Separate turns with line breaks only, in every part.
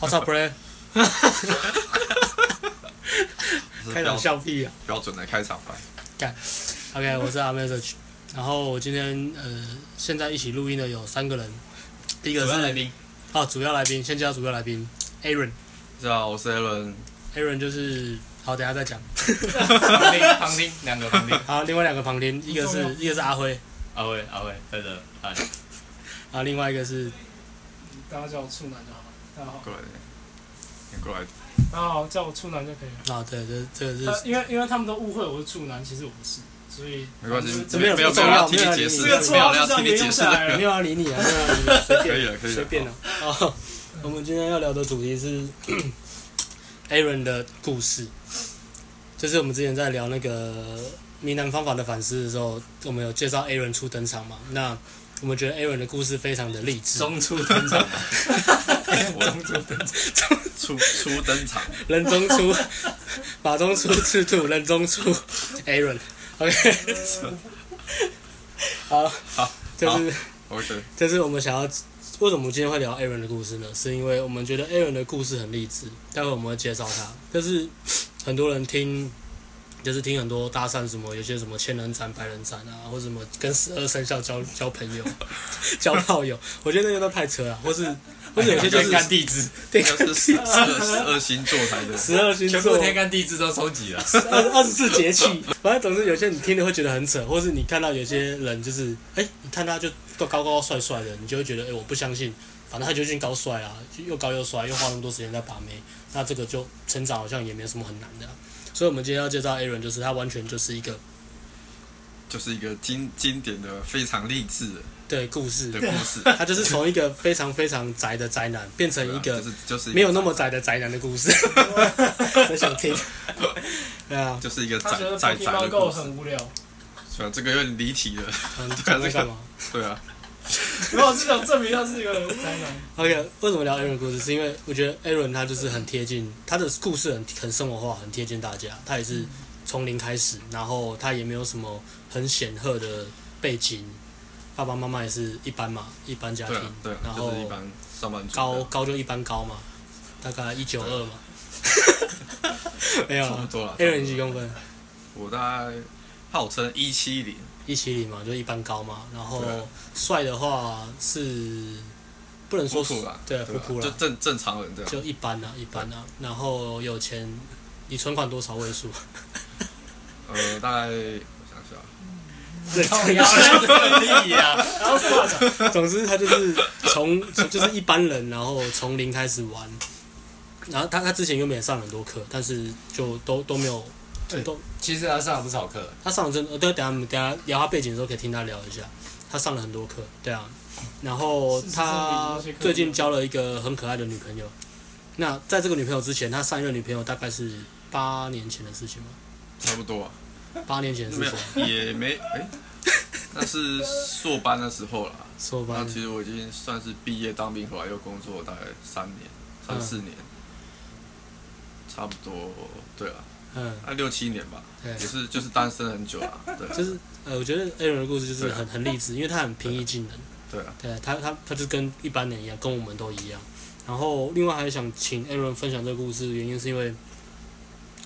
What's up, bro？
这是
开
标
场笑屁啊！
标准的开场白。
OK，我是阿 Message，然后我今天呃，现在一起录音的有三个人，第一个
主要
是
来宾，
哦，主要来宾，先介绍主要来宾 Aaron，Aaron
知道我是 Alan，
就是好，等一下再讲。
旁听，旁听，两个旁听。
好，另外两个旁听，一个
重要
是一个是阿辉，
阿伟，阿伟，在这。哎，
然后另外一个是
大家叫我处男就好了。大家好，
过来一点，你过来一点。
大家好，叫我处男就可以了。
啊，对，这这个
呃
是
因为因为他们都误会我是处男，其实我不是，所以
没关系
就是
这
这
边
边
有
没有
重要
没
没
有要听
有
你解释
要理
这个
你
绰号就这样沿用下来
没
了。
有要理你啊，没有要理你，随
可以啊
便
了，可以了。
随便的。 好，我们今天要聊的主题是 Aaron 的故事，就是我们之前在聊那个迷南方法的反思的时候，我们有介绍 Aaron 初登场嘛？那我们觉得 Aaron 的故事非常的励志，
中出登场，
我初初登场，
人中出， 马中出，赤兔人中出，Aaron。OK，好，
好，
就是。
OK，
但是我们想要，为什么我们今天会聊 Aaron 的故事呢？是因为我们觉得 Aaron 的故事很励志，待会我们会介绍他。但是 很多人听，就是听很多搭讪什么，有些什么千人斩、百人斩啊，或者什么跟十二生肖交交朋友、 交炮友，我觉得那个都太扯了，或是或者有些就是
天干地支，
对
应该是十二十二星座才对。
十二星
全
座
部、天干地支都收集了。
二二十四节气，反正总之有些你听了会觉得很扯，或是你看到有些人就是，哎、你看他就高高高帅帅的，你就会觉得，哎、我不相信，反正他就是高帅啊，就又高又帅，又花那么多时间在把妹，那这个就成长好像也没什么很难的啊、所以我们今天要介绍 Aaron，就是他完全就是一个
就是一个经经典的、非常励志的
对故事，
故事。
他就是从一个非常非常宅的宅男，变成一
对啊
个
就是就是一个
没有那么宅的宅男的故事，很想听，对啊，
就是一个
他觉
宅
得
宅宅的
Pokemon
故
Go
事。
很无聊。
对啊，这个有点离题了。
嗯，
对啊
在
这个
干嘛？
对啊，
没有，是想证明他是一个宅男。
OK，为什么聊 Aaron 的故事？是因为我觉得 Aaron 他就是很贴近，他的故事很很生活化，很贴近大家。他也是从零开始，然后他也没有什么很显赫的背景，爸爸妈妈也是一般嘛，一般家
对
庭，
啊，对
然
啊，
后
就是一般啊上班族
高
的，
高就一般高嘛，大概一九二嘛， 没有
差不
啊
多了。
Aaron 几公分？
我大概号称一七零，
一七零嘛，就一般高嘛。然后
对啊
帅的话是不能说
普普啦
对啊，普
对吧
普？啦
就，正正常人这样。
就一般啊，一般啊。然后有钱，你存款多少位 数？
呃，大概我想想啊，
啊
顺利呀，
然后算了，
总之他就是从 就是一般人，然后从零开始玩。然后他他之前原本也上了很多课，但是就都都没有，
对
都
其实他上了不少课，
他上了真的，对，等一下我们等一下聊他背景的时候可以听他聊一下，他上了很多课，对啊。然后
是是
他
是是是是
最近交了一个很可爱的女朋友。那在这个女朋友之前，他上一任女朋友大概是八年前的事情嘛，
差不多啊，
八年前的
没
事情，
有也没哎，那是硕班的时 候啦。
说吧
那，其实我已经算是毕业当兵回来又工作大概三年、三
嗯
四年，差不多对啊，
嗯，
那六七年吧，
对
也。是就是单身很久 啦，对啊，
就是呃，我觉得 Aaron 的故事就是
对啊
很很励志，因为他很平易近人，
对啊，
对他他他就跟一般人一样，跟我们都一样。然后另外还想请 Aaron 分享这个故事，原因是因为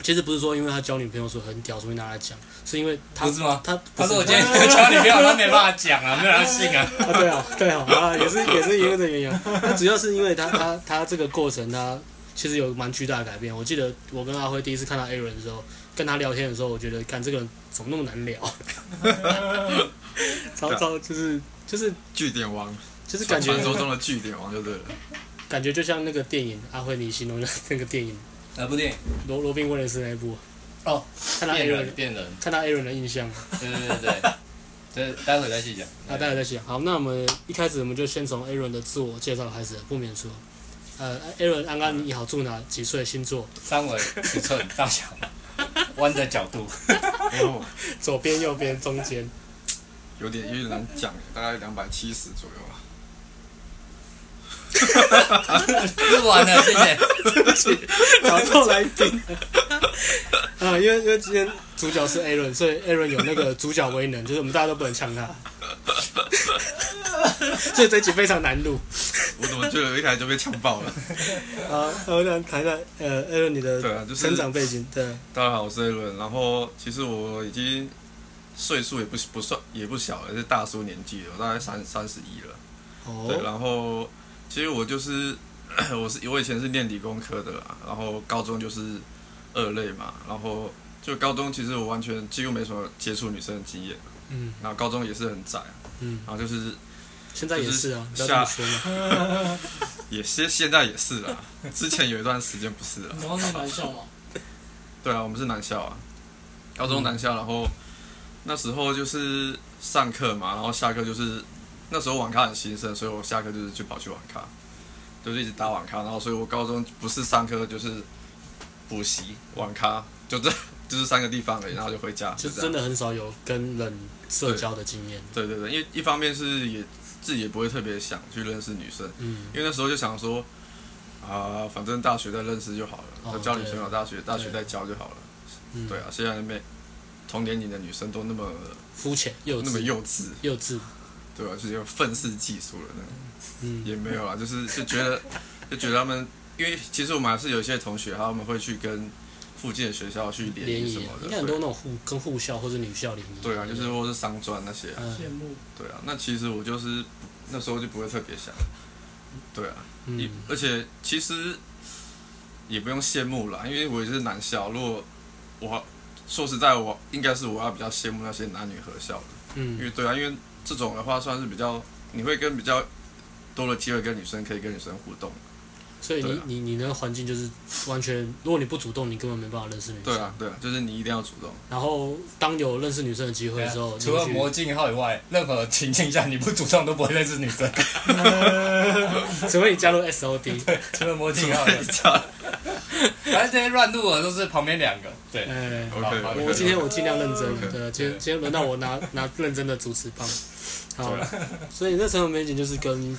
其实不是说因为他交女朋友所以很屌，所以拿来讲，是因为他
不是吗
他
他说我今
今天
天 交女朋友，他没办法讲啊，没有人信啊。
啊，对啊，对啊，啊，也是也是因为这个原因啊。那主要是因为他他他这个过程，他其实有蛮巨大的改变。我记得我跟阿辉第一次看到 Aaron 的时候，跟他聊天的时候，我觉得看这个人怎么那么难聊， 超超就是就是
据点王，
就是感
啊传
觉
说中的据点王就对了，
感觉就像那个电影阿辉你形容的那个电影
哪部电影？
罗罗宾威廉斯那一部
哦，
看到
变
Aaron
人，变人。
看到 Aaron 的印象。
对对对对，这待会再细讲。
那啊待会再讲。好，那我们一开始我们就先从 Aaron 的自我介绍开始，不免说。呃，Aaron，安安你好，住哪？几岁？星座？
三围、尺寸、大小、弯的角度，
哦，
左边、右边、中间，
有点有点难讲，大概两百七十左右啊吧。
录完了，谢谢。
搞错来宾。啊，因为因为今天主角是 Aaron，所以 Aaron 有那个主角威 能，就是我们大家都不能呛他，所以这一集非常难录。
我怎么觉得我一开始就被强暴了？
啊，我想谈谈呃，艾伦你的
对啊，就是
成长背景，对，
大家好，我是艾伦。然后其实我已经岁数也不不算也不小了，是大叔年纪了，我大概三三十一了。对，
哦，
然后其实我就是 我是我以前是念理工科的啦，然后高中就是二类嘛，然后就高中其实我完全几乎没什么接触女生的经验，
嗯
然后高中也是很窄，啊
嗯，
然后就是
现在也是啊，不
就
要
是
这么说嘛，
也现现在也是啦，之前有一段时间不是啦，
你刚是玩笑 吗？
对啊，我们是男校啊，高中男校，然后那时候就是上课嘛，然后下课就是那时候网咖很兴盛，所以我下课就是去跑去网咖，就是一直打网咖，然后所以我高中不是上课就是补习、网咖，就这 就是三个地方而已，然后就回家，
就
这
真
样。
的很少有跟人社交的经验，
对对对，因为一方面是也自己也不会特别想去认识女生，
嗯，
因为那时候就想说啊、反正大学再认识就好了，
哦
交女朋
对
友大学大学
对
再交就好了。
嗯
对啊，，现在每同年龄的女生都那么
肤浅幼
那么
稚，
幼稚，
幼稚，
对吧、就是有愤世嫉俗了那种，
嗯
也没有啊，就是就觉得就觉得他们，因为其实我们还是有一些同学，他们会去跟附近的学校去联
联
谊什
谊
么
啊，应该
的，
很多
对
那种护跟护校或者女校联谊，
对啊，就是或是商专那些啊，
嗯
羡慕，
对啊，那其实我就是那时候就不会特别想，对啊，
嗯
一，而且其实也不用羡慕啦，因为我也是男校。如果我说实在，我应该是我要比较羡慕那些男女合校的，因
嗯
为对啊，因为这种的话算是比较，你会跟比较多的机会跟女生可以跟女生互动。
所以
对
你
啊
你你那个环境就是完全，如果你不主动，你根本没办法认识女
对
生。
啊，对啊，就是你一定要主动。
然后当有认识女生的机会之后，
啊除了
你
魔
会
镜号以外，任何情境下你不主动都不会认识女生。
去，除非你加入 SOD，
除了魔镜号以外， 反正这些乱入的都是旁边两个。对，
哎，
好
OK，
好
我今天我尽量认真，啊
OK
对，今天今天轮到我 拿拿认真的主持棒，好，
啊
所以那成长背景就是跟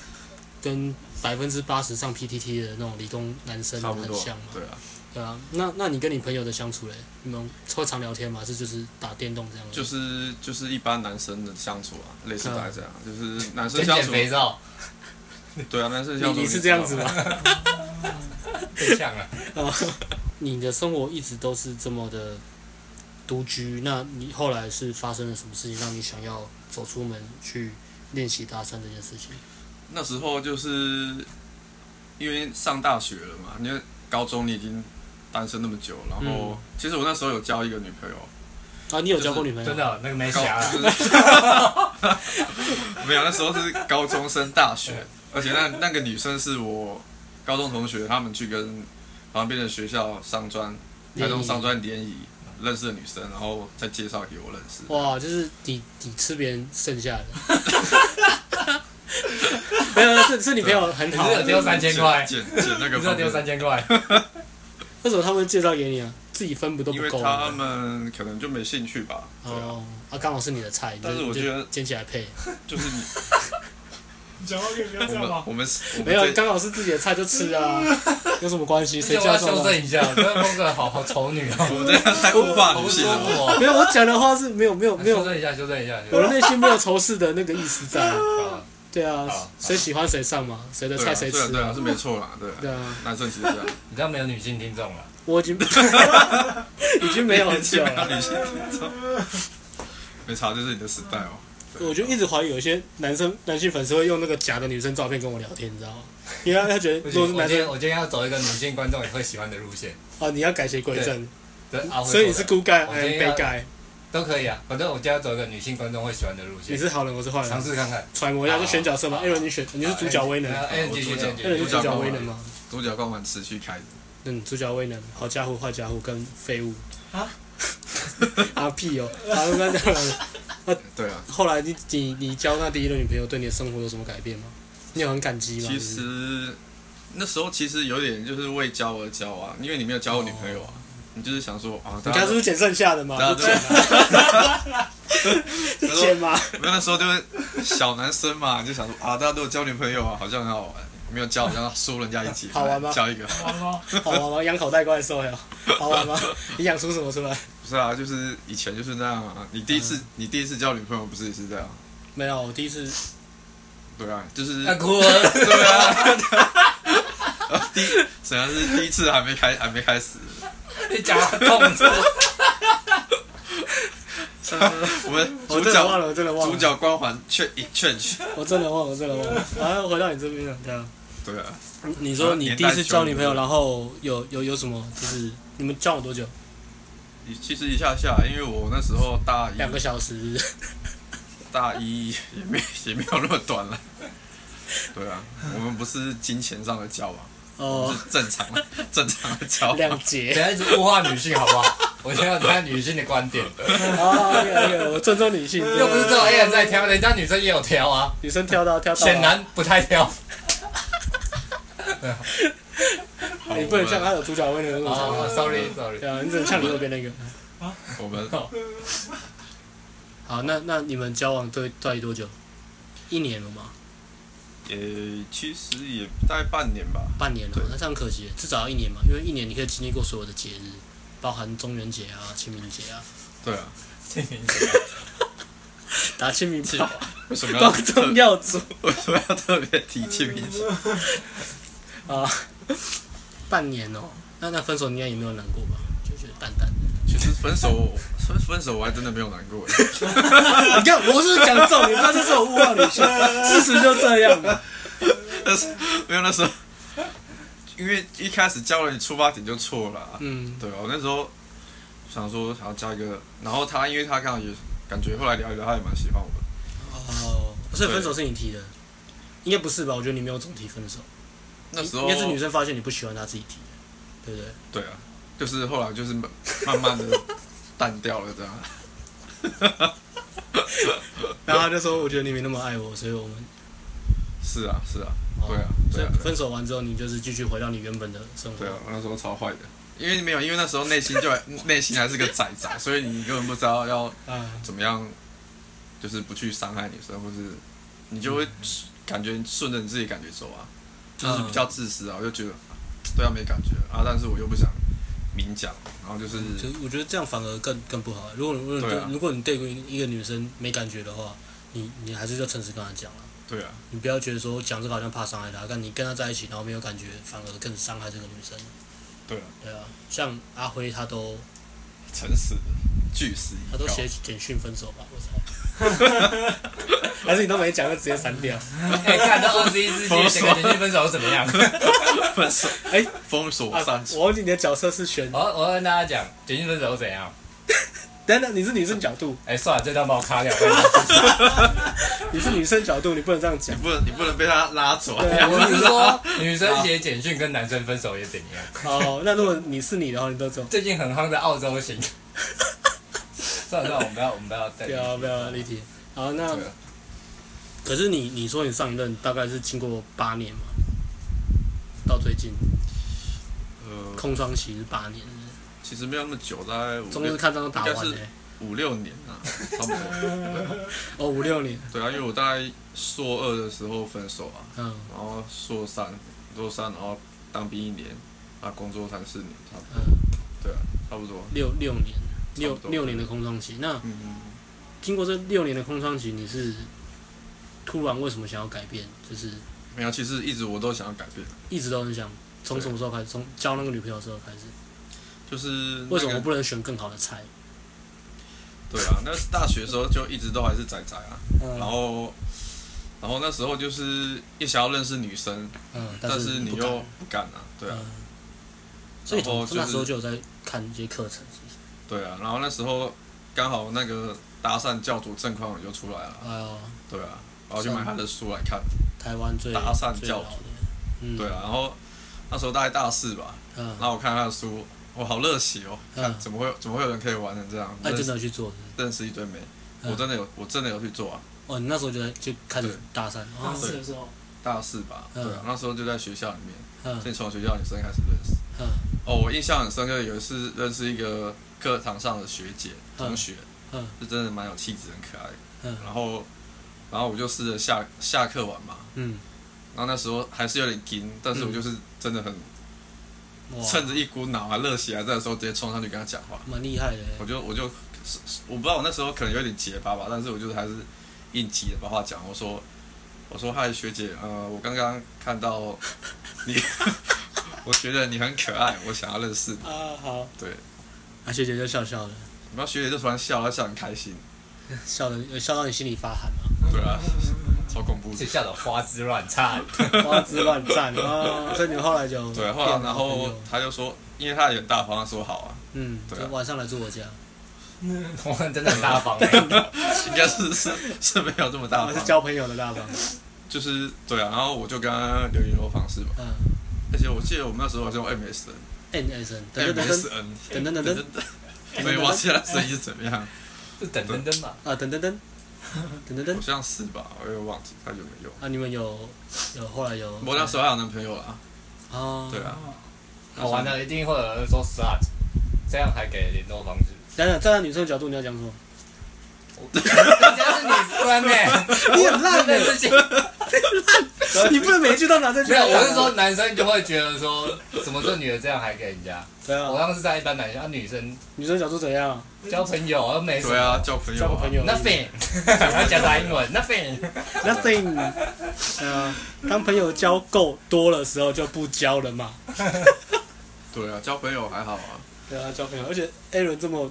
跟百分之八十上 PTT 的那种理工男生
差不
很
多
像嘛，
对啊，
对啊，那那你跟你朋友的相处嘞，你们会常聊天吗？还是就是打电动这样？
就是就是一般男生的相处啊，类似大概这
嗯
样，就是男生
先
相
减
处，
肥皂，
对啊，男生相处
你你是这样子
知道
吗？
被呛了。
你的生活一直都是这么的独居，那你后来是发生了什么事情让你想要走出门去练习搭讪这件事情？
那时候就是因为上大学了嘛，因为高中你已经单身那么久，然后、
嗯
其实我那时候有交一个女朋友，
啊，你有交过女朋友？
真的哦，那个没
高
瑕了。
就是 没有，那时候是高中升大学，而且那那个女生是我高中同学，他们去跟旁边的学校商专、台中商专联谊认识的女生，然后再介绍给我认识。
哇，就是你你吃别人剩下的， 没有，是是你朋友很好啊
你，是有
啊
丢三千块
捡捡那个
你知道丢三千 块，
为什么他们介绍给你啊？自己分不都
因
不
为
够吗？
他们可能就没兴趣吧。对啊。
哦，啊，刚好是你的菜，你就
但是我
你就
觉得
捡起来配，
就是你
你讲话可以不要这
我
样
们
吗？
我们我
没有，
们这
刚好是自己的菜就吃 啊，有什么关系？谁
这我
叫
要
这种
修
东西
正一下，这个风格好好丑女哦，
我们这样太物化
好
女
不舒
性
服
了。
哦。
没有，我讲的话是没有没有没有
修，正一下，修正一下。修
我
正
的
一
内心没有仇视的那个意思在。
下啊
对啊
好，
谁喜欢谁上嘛，谁的
对
菜
啊，
谁
对啊，
吃
对啊，
啊
是。没错啦，对啊，
对啊，
男生其实这样，
你知道没有女性听众啊了，
我已 经已经没有啊很久了。
女性听众，没差，这是你的时代哦。
我就一直怀疑有些男生男性粉丝会用那个假的女生照片跟我聊天，你知道 吗？因为他觉得
不
如果
行
是
我
男
今天
生
我今天要走一个女性观众也会喜欢的路线，
啊，你要改邪归正，
对阿辉
所以你
说
是
的
孤盖
我
还
今
是
天
被
要
盖？
都可以啊，反正我今天要走一个女性观众会喜欢的路
你
线，
是好人，我是坏
尝
人，
试看看。
揣摩一下就选角色嘛。
好
a a 你选你是主角威能 a
哎，继续
我主角
继续
a 是
继
主
续
主
角
角
威
威
能
能
吗？
主角光环持续开着，
嗯，主角威能，好家伙，坏家伙跟废物 啊啊屁哦！啊，我刚刚讲了。
对啊。
后来你你你交那第一任女朋友，对你的生活有什么改变吗？你有很感激吗？
其实啊那时候其实有点就是为交而交啊，因为你没有交过女朋友啊，你就是想说啊，
你
大
刚
家
刚哦是不
都
是捡剩下的嘛？
大家
就
都
捡
啊
就捡嘛。
没有那时候就是小男生嘛，你就想说啊，大家都有交女朋友啊，好像很好玩。没有交，好像输人家一截，
好玩吗
交一个，
好吗？
好玩吗？养口袋怪兽呀，好玩吗？你养出什么出来？
不是啊，就是以前就是那样啊。你第一次，你第一次交女朋友不是也是这样？
没有，我第一次
对啊，就是
啊哭了，
对啊，第沈阳是第一次还没开还没开始，
你讲到痛处，
我们
哦我
主
真的忘
角
了，我真的忘了，
主角光环却一劝去，
我真的忘了，我真的忘了。然后回到你这边了，对啊。
对啊，
你说你第一次交女朋友，然后有有有什么？就是你们交往多久？
你其实一下下，因为我那时候大一
两个小时，
大一也没也没有那么短了，对啊，我们不是金钱上的交往，
哦，
是正 常的正常的交
两
往，
不
节。
要一直物化女性好不 好？我现在要看女性的观点，
哦，OK OK，我尊重女性，
又不是只有 A 人在挑，人家女生也有挑啊，
女生挑到挑到，
显然不太 挑。
好
你不能像他有主角温柔那
啊
种。
，sorry sorry，
对啊，你只能像你右边那个。
我们
好，那那你们交往对到底多久？一年了吗？
也呃其实也大概半年吧，
半年了
对，
那这样可惜，至少要一年嘛，因为一年你可以经历过所有的节日，包含中元节啊、清明节啊，
对啊，
清明节
打清明炮，
为什么要
光
特
宗耀祖
为什么要特 别提清明节？
啊，半年哦，那那分手你应该也没有难过吧？就觉得淡淡的。
其实分手分分手我还真的没有难过 耶，
你看，我是讲重点，他就是有物化女性，事实就这样嘛。
但是没有那时候，因为一开始交了你出发点就错了啊、
嗯，
对啊，我那时候想说想要加一个，然后他因为他刚好也感觉后来聊一聊，他也蛮喜欢我的。
哦，所以分手是你提的，应该不是吧？我觉得你没有总提分手，
那时候
应该是女生发现你不喜欢他自己提的，对不对？
对啊，就是后来就是慢慢慢的淡掉了这样。
然后他就说，我觉得你没那么爱我，所以我们
是啊是啊，
哦
对啊
所
对
以
啊
分手完之后，你就是继续回到你原本的生活
对。啊，我那时候超坏的。因为没有，因为那时候内心就还 内心还是个仔仔，所以你根本不知道要
啊，
怎么样，就是不去伤害女生，或是你就会
嗯
感觉顺着你自己感觉走啊，就是比较自私啊，我就觉得啊对啊没感觉啊，但是我又不想明讲，然后就是
嗯就我觉得这样反而更更不好。如果如果你对
对啊
如果你对一个女生没感觉的话，你你还是就诚实跟她讲了。
对啊，
你不要觉得说讲这个好像怕伤害她，但你跟她在一起，然后没有感觉，反而更伤害这个女生。
对啊，
对啊，像阿辉他都
诚实据实以
他都
告
写简讯分手吧，我 操！还是你都没讲就直接删掉？
哎， 看到二十一世纪，整个年纪分手是怎么 样？
分手，
哎
封锁
啊
删除，
我忘记你的角色是选
我，我要跟大家讲，决定分手是怎样？
等等，你是女生角度，
哎、算了，这段 帮我卡掉。
你是女生角度，你不能这样讲
你。不能你不能被他拉走啊，
对啊
我是说，女生写简讯跟男生分手也怎样？
哦，那如果你是你的话，你都走。
最近很夯的澳洲 行。算了算了，我们不要，我们不要再
不。要不要离题。好，那
对啊
可是你你说你上一任大概是经过八年嘛，到最近
呃，
空窗期是八年，
其实没有那么久，大概五
中间
六
是看这样打
应该
完
是
的、
五六年啊，差不 多，
哦，五六年，
对啊，因为我大概硕二的时候分手啊，
嗯
然后硕三，硕三，然后当兵一年，啊，工作三四年，差不多，
嗯，
对啊，差不多。
六六年，六
差不多
六年的空窗期。那
嗯，
经过这六年的空窗期，你是突然为什么想要改变？就是
没有，其实一直我都想要改变，
一直都很想，从什么时候开始？从交那个女朋友的时候开始？
就是、那个、
为什么我不能选更好的菜？
对啊，那大学的时候就一直都还是宅宅啊，
嗯
然后，然后那时候就是也想要认识女生，
嗯，
但
是
你
不
又
敢
不敢啊，对啊，
嗯所以
然后
从那时候
就是
就有在看一些课程，是不是
对啊，然后那时候刚好那个搭讪教主郑匡宇就出来了，
哎呦，
对啊，然后就买他的书来看，
台湾最
搭讪
最
教
老
主
的，嗯，
对啊，然后那时候大概大四吧，
嗯，
然后我看他的书，我好热血哦！
嗯
看怎么会怎么会有人可以玩成这样？
哎，
认
真
识
的有去做，
认识一堆妹，
嗯
我真的有我真的有去做啊！
哦，你那时候就在就开始
对
搭讪，
大
哦，
四的时候，
大四吧，对
嗯
啊，那时候就在学校里面，
嗯
先从学校女生开始认识。
嗯
哦，我印象很深刻，有一次认识一个课堂上的学姐
嗯
同学，
嗯
是真的蛮有气质，很可爱的。
嗯
然后，然后我就试着下下课玩嘛，
嗯，
然后那时候还是有点紧，但是我
嗯
就是真的很
哇，
趁着一股脑啊热血啊，在的时候直接冲上去跟她讲话。
蛮厉害的，
我就我就是我不知道我那时候可能有点结巴吧，但是我就是还是硬挤着把话讲。我说我说嗨学姐，呃，我刚刚看到 你，我觉得你很可爱，我想要认识你。
啊，好，
对，
啊，学姐就笑笑的，
然后学姐就突然笑，她笑很开心，
笑的笑到你心里发寒啊，
对啊， 超恐怖的
这。吓得花枝乱 颤。
花枝乱颤啊， 所以你们后来就
对，后
变
来
好朋
然后
友
她就说，因为她也很大方，她说好啊，
嗯，
对
就
啊
晚上来住我家，
我们真的很大方欸，
应该是 是是没有这么大
我是
方，
交朋友的大方，
就是对啊，然后我就跟她留联络方式嘛，
嗯哎
而且我记得我们那时候好像用 MSN，MSN，
，NSN，等
哎
等等等等等等等
所以忘记她声音是怎么样，
就等等等嘛。
啊，等等等等等
好
等
像是吧，我也忘记，她就没用。
啊，你们有有后来有，
我那时候还有男朋友啦，
哦，
对啊，
好玩的一定会有人说 slut，这样还给联络方式。
等等，站在女生的角度你要讲什 么？
人家是女生呢，
你很烂
这
的
件，事情
你不能每一句都拿这句
没
来
有，
讲啊。
我是说男生就会觉得说，怎么这女的这样还给人家？
对
我
啊，
当时是在一般男生，啊女生
女生角度怎样？
交朋友又没什
对
么。
啊，交朋友
交个
啊
朋，友而已。
Nothing，他夹杂英文，Nothing。
Nothing，呃，当朋友交够多的时候就不交了嘛。
对啊，交朋友还好啊，
对啊，交朋友，而且 A 伦这么，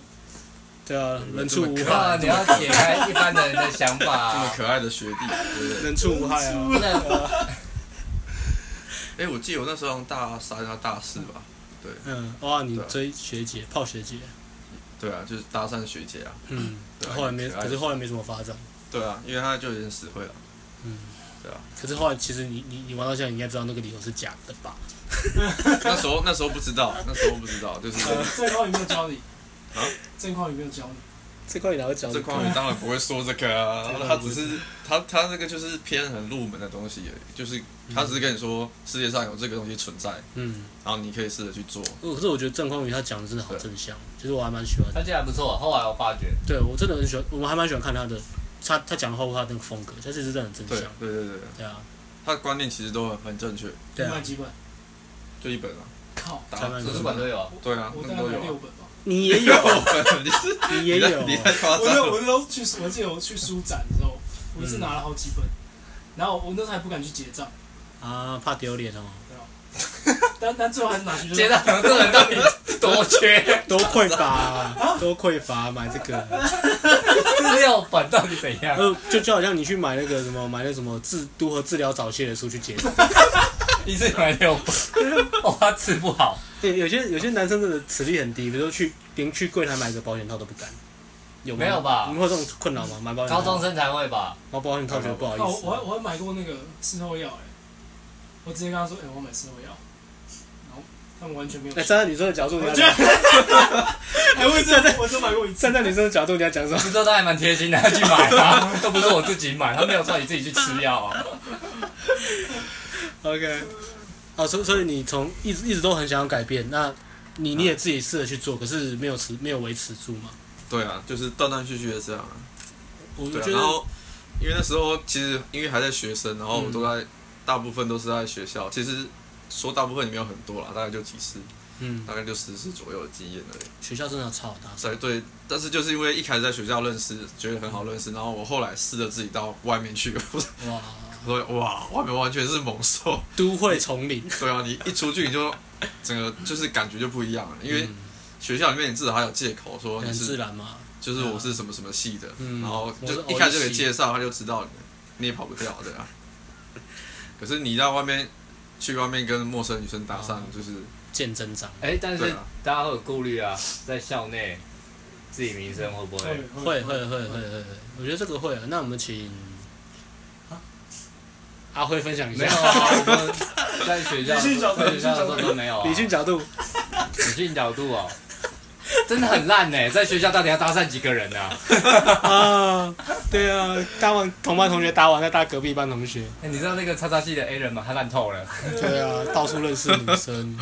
对啊，人畜无
这么可
害，
哇，你要解开一般人的想
这么
法。
可爱的学弟，对不对？
人畜无害啊。
真的
哎、我记得我那时候好像大三啊大四吧，
嗯，哇，你
对啊
追学姐，泡学姐，
对啊，就是搭讪学姐啊，
嗯，
对啊
后来没，
可爱
可是后来没什么发展，嗯
对啊，因为她就有点死会了，啊
可是后来其实你你你玩到现在，你应该知道那个理由是假的吧？
那时候那时候不知道，那时候不知道，就是
郑匡有没有教你
啊？
郑匡有没有教你？
这块你哪会讲？
这匡宇当然不会说这个啊
这，个
他
不
只
是
是他他那个就是偏很入门的东西而已，就是他只是跟你说世界上有这个东西存在，
嗯，
然后你可以试着去做，
呃可是我觉得郑匡宇他讲的真的好正向，其实我还蛮喜欢的。
他竟然不错，后来我发觉，
对我真的很喜欢，我还蛮喜欢看他的，他他讲的话，他那个风格，他其实真的很正
对
向。
对对对，
对啊，
他的观念其实都很很正确，
对
你买
啊，
几本？
就一本啊，
靠，
打
台湾
图书馆都有啊。
对啊，
哦我
那
大
么多
概买
有
六
啊，
本吧。
你也有，
你是
你也
你在
有，啊
你太夸
我那
张了，
我那时候去，我记得我去书展的时候，我一
嗯
次拿了好几本，然后我那时候还不敢去结账，
啊，怕丢脸哦，
但但最后还是拿去。就是
街上这人到底多 缺？
多匮乏、多匮乏，买这 个，
这六本到底怎 样？
呃，就就好像你去买那个什么，买那什么治如何治疗早泄的书去解释。
一次买六本， 哇，他吃不好。
对，有些有些男生真的齿力很低，比如说去连去柜台买个保险套都不敢，有吗
没有吧
你们会有这种困扰吗？买保险
高
套，
中生才会吧？
买保险套觉得不好
哦，我
意思啊
我还，我还买过那个事后药哎、我直接跟他说，哎、我要买事后药，然后他们完全没有
哎，
兴趣。
站在女生的角度，你
我
要
觉
讲
得， 哎，我只我只买过一次，
站在女生的角度，你要讲 什么？
不知道他还蛮贴心的，他去买 啊，都不是我自己买，他没有叫你自己去吃药啊。
OK，哦，所以所以你从一直一直都很想要改变，那你你也自己试着去做，可是没有持没有维持住嘛？
对啊，就是断断续续的这样啊。
我我
对啊，
觉
然
得
后因为那时候其实因为还在学生，然后我都
嗯
在、大部分都是在学校。其实说大部分也没有很多啦，大概就几次，
嗯，
大概就十次左右的经验而已。
学校真的超大，
所以对，但是就是因为一开始在学校认识，觉得很好认识，然后我后来试着自己到外面去，我
哇，
说哇，外面完全是猛兽。
都会丛林，
对啊，你一出去你就哎整个就是感觉就不一样了，因为
嗯
学校里面你至少还有借口说
很
你
自
是
然嘛，
就是我是什么什么系的，
嗯
然后
我是
就
偶
一
一
开始就给
系
介绍，他就知道你，你也跑不掉的啊。 可是你到外面去外面跟陌生女生搭讪
哦，
就是
见真章。
哎，但
对
是
啊
大家会有顾虑啊，在校内自己名声会不会？
会会会会会，我觉得这个会啊。那我们请啊阿辉分享一
没
下
有啊， 我们在学校
理性角度
在学校的时候都没有啊。
理性角度，
理性角度哦，真的很烂呢。在学校到底要搭讪几个人啊？
啊，对啊，搭完同班同学搭完再搭隔壁班同学，
哎你知道那个叉叉系的 A 人吗？他烂透了。
对啊，到处认识女 生。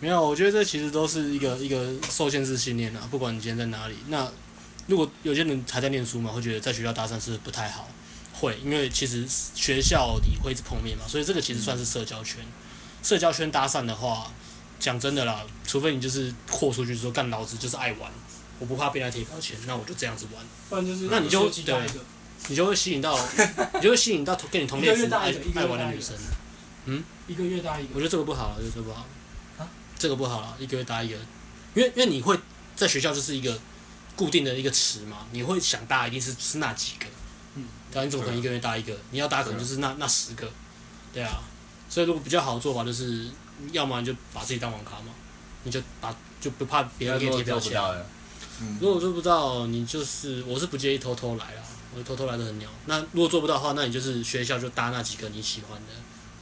没有，我觉得这其实都是一个一个受限制信念啊，不管你今天在哪里。那如果有些人还在念书嘛，会觉得在学校搭讪是不太好，会，因为其实学校你会一直碰面嘛，所以这个其实算是社交圈。社交圈搭讪的话，讲真的啦，除非你就是豁出去说干老子就是爱玩，我不怕被人家贴标签，那我就这样子玩。
不然就是
那你就
学期加一个，
你就会吸引到，你就会吸引到同跟你同类
一个
型
月大
爱
一个一个
爱
月
玩的
大一
女
个
生。
一个月大一
我
个
觉，得这个不好了，我觉得这个不好
啊，
这个不好了，一个月搭一个，因为因为你会在学校就是一个固定的一个池嘛，你会想搭一定是是那几个，
嗯，
对啊，你怎么可能一个月搭一个？你要搭可能就是那那十个，对啊，所以如果比较好的做法就是，要么你就把自己当网咖嘛，你就把就不怕别人给你贴标
做不
签，啊
到的，
嗯
如果做不到，你就是我是不介意偷偷来啦，我偷偷来的很鸟。那如果做不到的话，那你就是学校就搭那几个你喜欢的，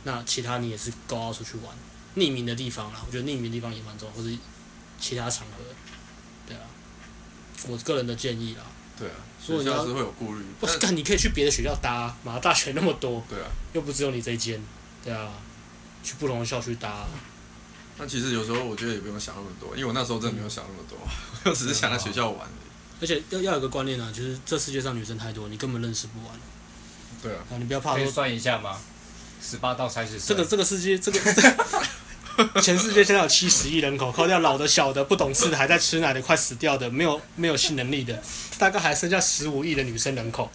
那其他你也是勾到出去玩，匿名的地方啦，我觉得匿名的地方也蛮重要，或是其他场合，对啊，我个人的建议啦。
对啊，
如果
学
你要
校是会有顾虑，
我
但
是干，你可以去别的学校搭啊，马大学那么多，
对啊，
又不只有你这一间，对啊，去不同的校区搭啊、
但其实有时候我觉得也不用想那么多，因为我那时候真的没有想那么多， 我只是想在学校玩而已。
而且要要有个观念啊，就是这世界上女生太多，你根本认识不完
对啊，
啊，你不要怕
可以
说
算一下吗？十八到三十
这
岁，
个这个世界， 这个 全世界现在有七十亿人口，扣掉老的、小的、不懂事的、还在吃奶的、快死掉的、没有没有性能力的，大概还剩下十五亿的女生人口。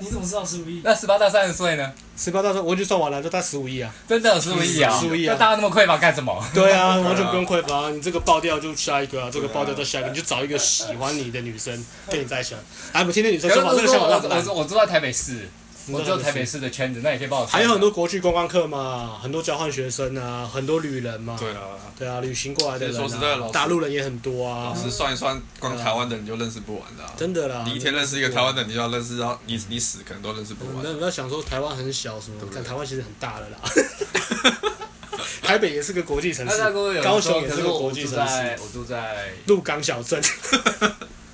你怎么知道十五亿？
那十八到三十岁呢？
十八到时候我已经算完了，就大十五亿 啊。
真的有十五亿啊！
15亿啊
那大家那么匮乏干什么？
对啊，完全不用匮乏，你这个爆掉就下一个啊，这个爆掉再下一个，你就找一个喜欢你的女生跟你在一起啊。哎，我听 听女生
可是
说法，
我
这个想法啊
我
烂不烂
我？我知道台北市，
你
我
知
只
道
有
这
台
个
北
事
市的圈子，那也可以帮我算
还
一下。
有很多国际观光客嘛，很多交换学生啊，很多旅人嘛。
对啊，
对啊，旅行过来的人、
其实说实在老
啊，
师
大陆人也很多啊
老，师算一算，光台湾的你就认识不完的啊。
真的啦。
你一天认识一个台湾的，你就要认识到你你死可能都认识不
你
完
不要。不要想说台湾很小什么
对，不对
看台湾其实很大的啦。 台北也是个国际城
那大
市，
哥有人
高
说
雄也
可
是
是
个
我
国
我
际
住
城市，
在我住在
鹿港小镇。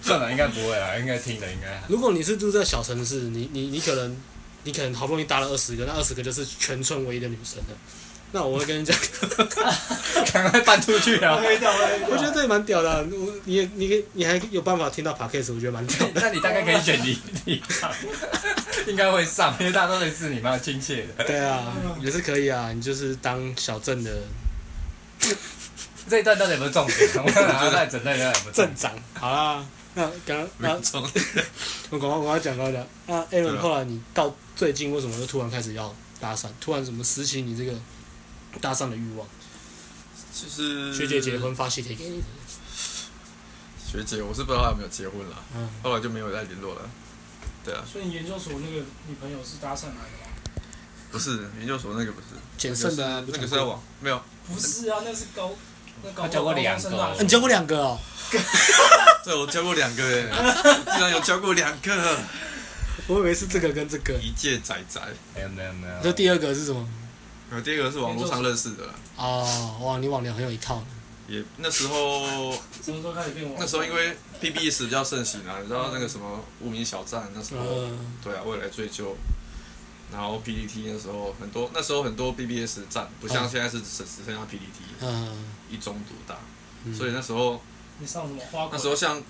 算了，应该不会啦，应该听的应该。
如果你是住在小城市，你你你可能你可能好不容易搭了二十个，那二十个就是全村唯一的女生了。那我会跟你 讲，
赶快搬出去啊！
黑掉，
我
我
觉得这也蛮屌的啊、我你也你也你还有办法听到 p o d c a s 我觉得蛮屌 的。
那你大概可以选离离场， 应该会上，因为大家都认识你，蛮亲切的。
对啊，也是可以啊，你就是当小镇的
这一段到底有没有重点？我想要再整段有没有重
镇
点？
长。好啦，那刚
没
那
有重
我刚刚我刚刚讲到的，那 Aaron
对啊
后来你到最近为什么又突然开始要搭讪？突然怎么拾起你这个搭讪的欲望？
就是
学姐结，婚发喜帖给你，
学姐我是不知道她有没有结婚了，
嗯，
后来就没有再联络了。对啊，
所以你研究所那个女朋友是搭讪来的吗？
不是研究所那个不是，
简胜的啊
那个是那个是在网没有，
不是啊，那是高，那高
他交过两个
啊你教过两个哦，
对我教过两个 耶，我居然有教过两个，
我以为是这个跟这个。
一届仔仔。
没有没有没有。
这第二个是什么？
然后第二个是网络上认识的啦，
哦，哇，你网聊很有一套呢。
也那时候
什么时候开始变网？
那时候因为 PBS 比较盛行啊，你知道那个什么无名小站那时候，
嗯，
对啊，未来追究，然后 PPT 那时候很多，那时候很多 BBS 站，不像
嗯
现在是只只剩下 PPT
嗯，
一中独大，
嗯
所以那时候
你上什么花啊
那
果？
时候像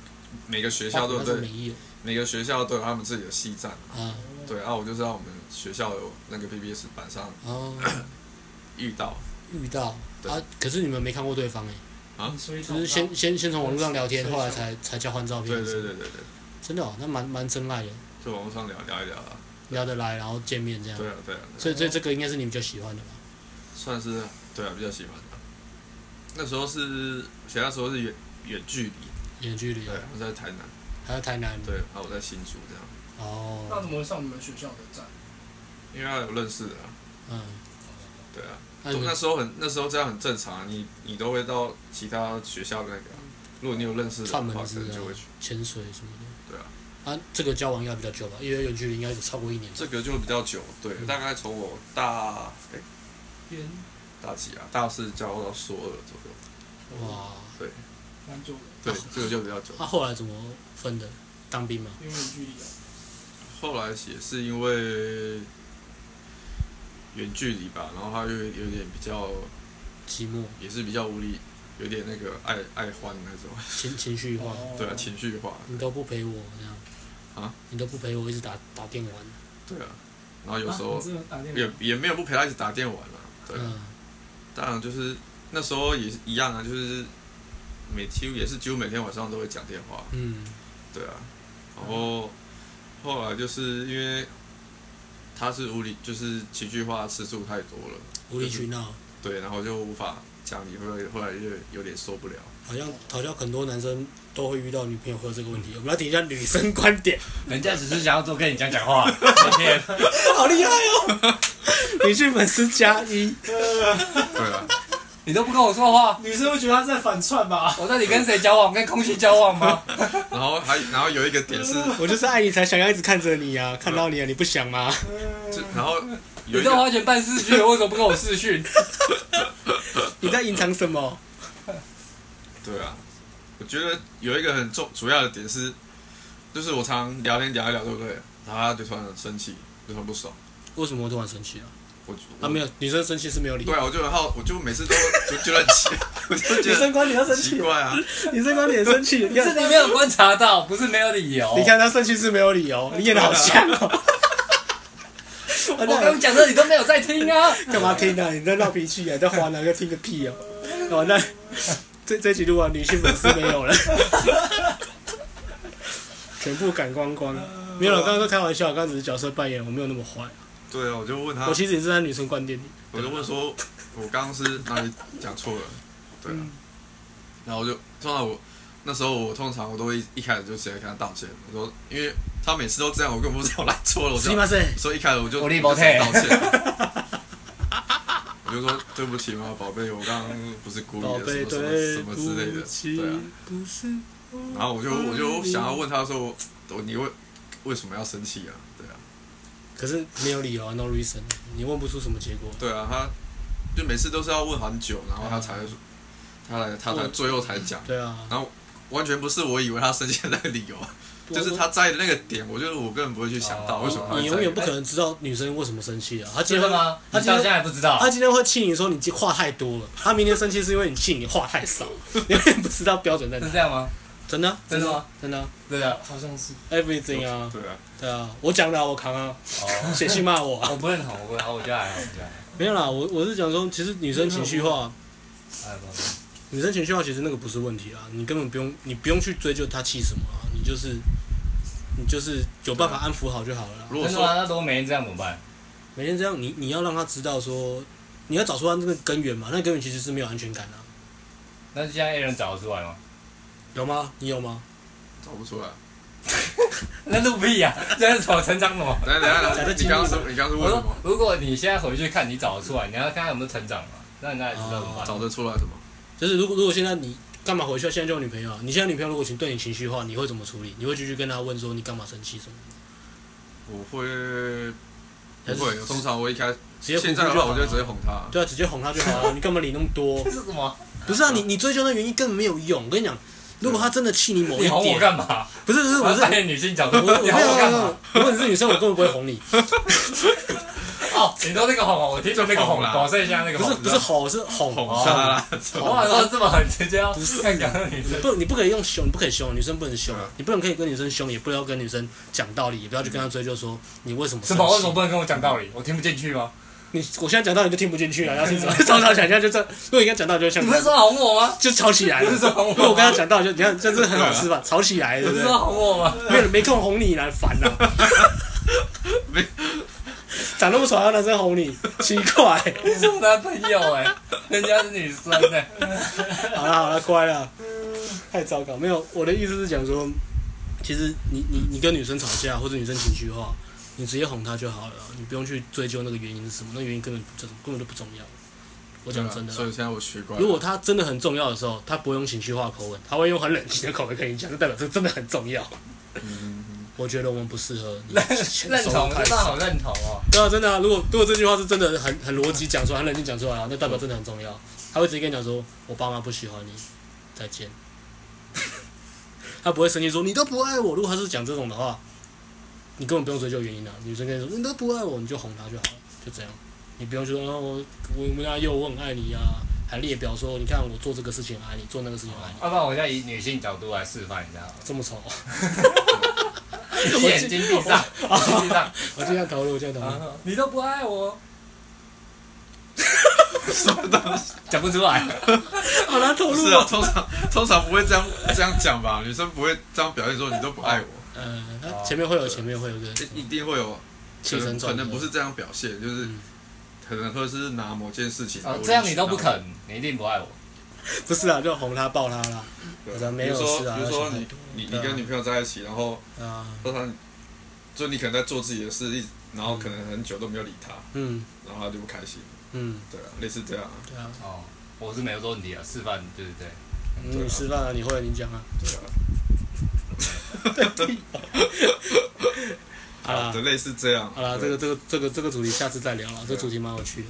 每个学校对不
哦那是美
对？
意了
每个学校都有他们自己的系站，
啊，
对啊，我就知道我们学校有那个 PBS 版上
哦，
遇到，
遇到
对
啊，可是你们没看过对方哎，
啊
所以
就是先先先从网络上聊天，
所以
后来才才交换照片。
对对对对对，
真的哦，那蛮蛮真爱的，
就网络上聊聊一聊啊，
聊得来，然后见面这样。
对啊对啊，对啊
嗯所以所以这个应该是你比较喜欢的吧？
算是对啊比较喜欢的。那时候是学校时候是远远距离，
远距离
对，
哦，
我在台南，
还在台南。
对，然后我在新竹这样，
那
哦，
怎么会上你们学校的站？
因为他有认识的啊，
嗯，
对啊，
那你
那
们
时候很那时候这样很正常啊，你你都会到其他学校那个啊、如果你有认识的
串门
话，
子
可
啊
能就会去。
潜水什么的。
对啊。
啊，这个交往应该比较久吧？因为远距离应该有超过一年吧。
这个就比较久，对，
嗯
大概从我大哎
边
大几啊，大四教到硕二左右，
哇，
蛮久的，
对，这个就比较久。
那后来怎么分的？当兵吗？
因为远距离啊。
后来也是因为远距离吧，然后他又有点比较，
寂寞，
也是比较无力，有点那个爱爱欢那种，
情情绪化，
哦
对啊，情绪化，
你都不陪我这样。
啊？
你都不陪我，一直打打电玩。
对啊，然后有时
啊
候
你真的打电
也
话，
也没有不陪他一起打电玩了，对啊，
嗯，
当然就是那时候也是一样啊，就是每几乎也是几乎每天晚上都会讲电话，
嗯，
对啊，然后后来就是因为他是无理，就是情绪化次数太多了，
无理取闹，
对，然后就无法讲理，后来后来就有点受不了。
好像好像很多男生都会遇到女朋友会有这个
嗯
问题。我们来听一下女生观点，
人家只是想要多跟你讲讲话， 我天，
好厉害哦！ 女性粉丝加一，
对啊，
你都不跟我说话，
女生会觉得他在反串吧？
我到底跟谁交往？跟空气交往吗？
然后还然后有一个点是，
我就是爱你才想要一直看着你啊，看到你啊，你不想吗？
就然后有
你
一
都
个
花钱办视讯，为什么不跟我视讯？
你在隐藏什么？
对啊，我觉得有一个很重主要的点是，就是我常聊天聊一聊，对不对？然后他就突然生气，就很不爽。
为什么我突然生气啊？
我
啊，没有，女生生气是没有理由
对。啊，我就很好，我就每次都就觉得很奇，我就
女
觉
生
得
观点要生
奇
气，
怪啊。
女生观点生 气，你
是
看，
你没有观察到，不是没有理由。
你，看她生气是没有理由，你演的好像哦。
我刚刚讲的你都没有在听 啊。
干嘛听啊？你在闹脾气啊？你在花哪个听个屁哦！完 蛋，这这几录完，女性粉丝没 有了，全部赶光光。没有了，刚刚都开玩笑，刚刚只是角色扮演，我没有那么坏。
对啊，我就问他
我，其实也是在女生观点里，
我就问说，我刚刚是哪里讲错了？对啊
嗯，
然后我就通常我那时候我通常我都会一开始就直接跟他道歉，我说因为他每次都这样，我根本不知道我来错了，我
是
就
吗？是
所以一开始我就
我立
我
保
就直接
泰
道歉。 我就说对不起嘛，宝贝，我刚刚不是故意
宝
的，
贝，
什么什
对
么什么
不
之类的，
起
对啊。，
不是。
然后我就
嗯
我就想要问他说，我我你为为什么要生气啊？对啊，
可是没有理由啊，no reason，你问不出什么结果。
对啊，他就每次都是要问很久，然后他才会说他来他才
我
最后才讲，
对啊，
完全不是我以为他生气的那个理由，就是他在那个点，我就是我根本不会去想到
哦
为什么他
你
会
永远
在哎
不可能知道女生为什么生气啊。她今
真
天
的
会
吗？
他
你
今
到
天
现在还不知道
他？今天会气你说你话太多了，他明天生气是因为你气你话太少， 你永远不知道标准在哪
是。这样吗？
真的啊，
真的吗？
真的啊
对啊。
好像是。
，everything 啊，
对啊，
对啊，我讲的啊我扛啊，
哦，
写信骂我啊。
我不认同，我不认同，我觉得还好，我觉得还
没有啦，我我是讲说，其实女生情绪化，
好。哎，不
女生情绪化其实那个不是问题啊，你根本不用你不用去追究她气什么啊，你就是你就是有办法安抚好就好了啦。啊
如果
真的吗？
说
那如果每天这样怎么办？
每天这样，你你要让她知道说，你要找出她那个根源嘛，那根源其实是没有安全感啊，
那现在 A 人找得出来吗？
有吗？你有吗？
找不出来，
那录屁呀！这是什么成长什么？
等一下等一下
假
等
的
一下，你刚刚是你刚刚是
我
问什
说
么？，
如果你现在回去看，你找得出来，你要看他有没有成长嘛？那你那也知道怎么办？
找得出来什么？
就是如果如果现在你干嘛回去啊？现在就有女朋友啊，你现在女朋友如果情对你情绪化，你会怎么处理？你会继续跟她问说你干嘛生气什么？
我会
还
不
是
会？通常我一开
直接
现
哄
在
她
的
就
话，
好
我
了
就直接哄他。
对啊，直接哄她就好了，你干嘛理那么多
这？是什么？
不是啊，你你追究那原因根本没有用。我跟你讲，如果她真的气你某一
你哄我
点，
干嘛？
不是不是
我
不
要
是。
扮演女性角度，
我我
你哄我干嘛？
没有，如果你是女生，我根本不会哄 你，
哦，你说那个哄，我听着那个哄，
这哄啦
保证一下那个
不
哄
是。不是吼，是哄
捧
哦
杀啦，
我想说这么很直接哦，不是看讲到你
你
是
不你不可以用凶，你不可以凶，女生不能凶
对啊，
你不能可以跟女生凶，也不要跟女生讲道理，也不要去跟她追究说你为什么
什
生
么？为什
气
么。不能跟我讲道理？我听不进去吗？
你我现在讲到你就听不进去了，啊要 听什么？早早讲一下就这，如果你刚讲到就像
你不是说哄我吗？
就吵起来了
不是。说哄
如果
我
我跟他
吗？
讲到就你看，这是很好吃吧？吵起来，对
不
不
是
对？
说哄我吗？
没有没空哄你啦，烦呐、
没
长那么丑还要男生哄你，奇怪。
你是我男朋友哎，人家是女生哎。
好了好了，乖了，太糟糕。没有，我的意思是讲说，其实你你你跟女生吵架或者女生情绪化，你直接哄她就好了，你不用去追究那个原因是什么，那原因根本不根本就不重要。我
我
讲真的啦
所以，现在我学乖了。
如果他真的很重要的时候，他不会用情绪化口吻，他会用很冷静的口吻跟你讲，就代表这真的很重要。
嗯
我觉得我们不适合你
认同，
太
真的
少
好认同哦。
对啊，真的啊，如果如果这句话是真的很很逻辑讲出来，很冷静讲出来啊，那代表真的很重要。他会直接跟你讲说：“我爸妈不喜欢你，再见。” 他不会生气说：“你都不爱我。”如果他是讲这种的话，你根本不用追究原因啊。女生跟你说：“你都不爱我”，你就哄她就好了，就这样。你不用去说哦我我我们家又我很爱你啊，还列表说你看我做这个事情爱你，做那个事情爱你，
要不然我现在以女性角度来示范一下好了，
这么丑。
你眼睛闭上，眼睛闭上，
我这样投入，我这样投 入。
啊你都不爱我，什么东西讲不出来？
好难投
不
入
是
啊
啊，通常通常不会这样这样讲吧？女生不会这样表现说你都不爱我，
呃，
哦
它前面会有前面会有个
一定会有，哦可
气
能
氛
可
嗯转折
能不是这样表现，就是
嗯
可能会是拿某件事情来
哦
威胁他，
这样你都不肯，你一定不爱我。
不是啊，就哄他抱他啦，
对
我说没
比
有
如说，
事啊
比如
要
说
想太
你
多
你
对
你
啊
跟女朋友在一起，然后
啊，
说她，就你可能在做自己的事，一然后可能很久都没有理她，
嗯
然后她就不开心，
嗯，
对啊，类似这样啊，
对啊，
哦，我是没有这问题啊，示范对不对？
嗯你吃饭了，你会你讲啊，
对啊，
好啦
对，类似这样。
好啦，这个
对
这个这个这个主题下次再聊了，这主题蛮有趣的，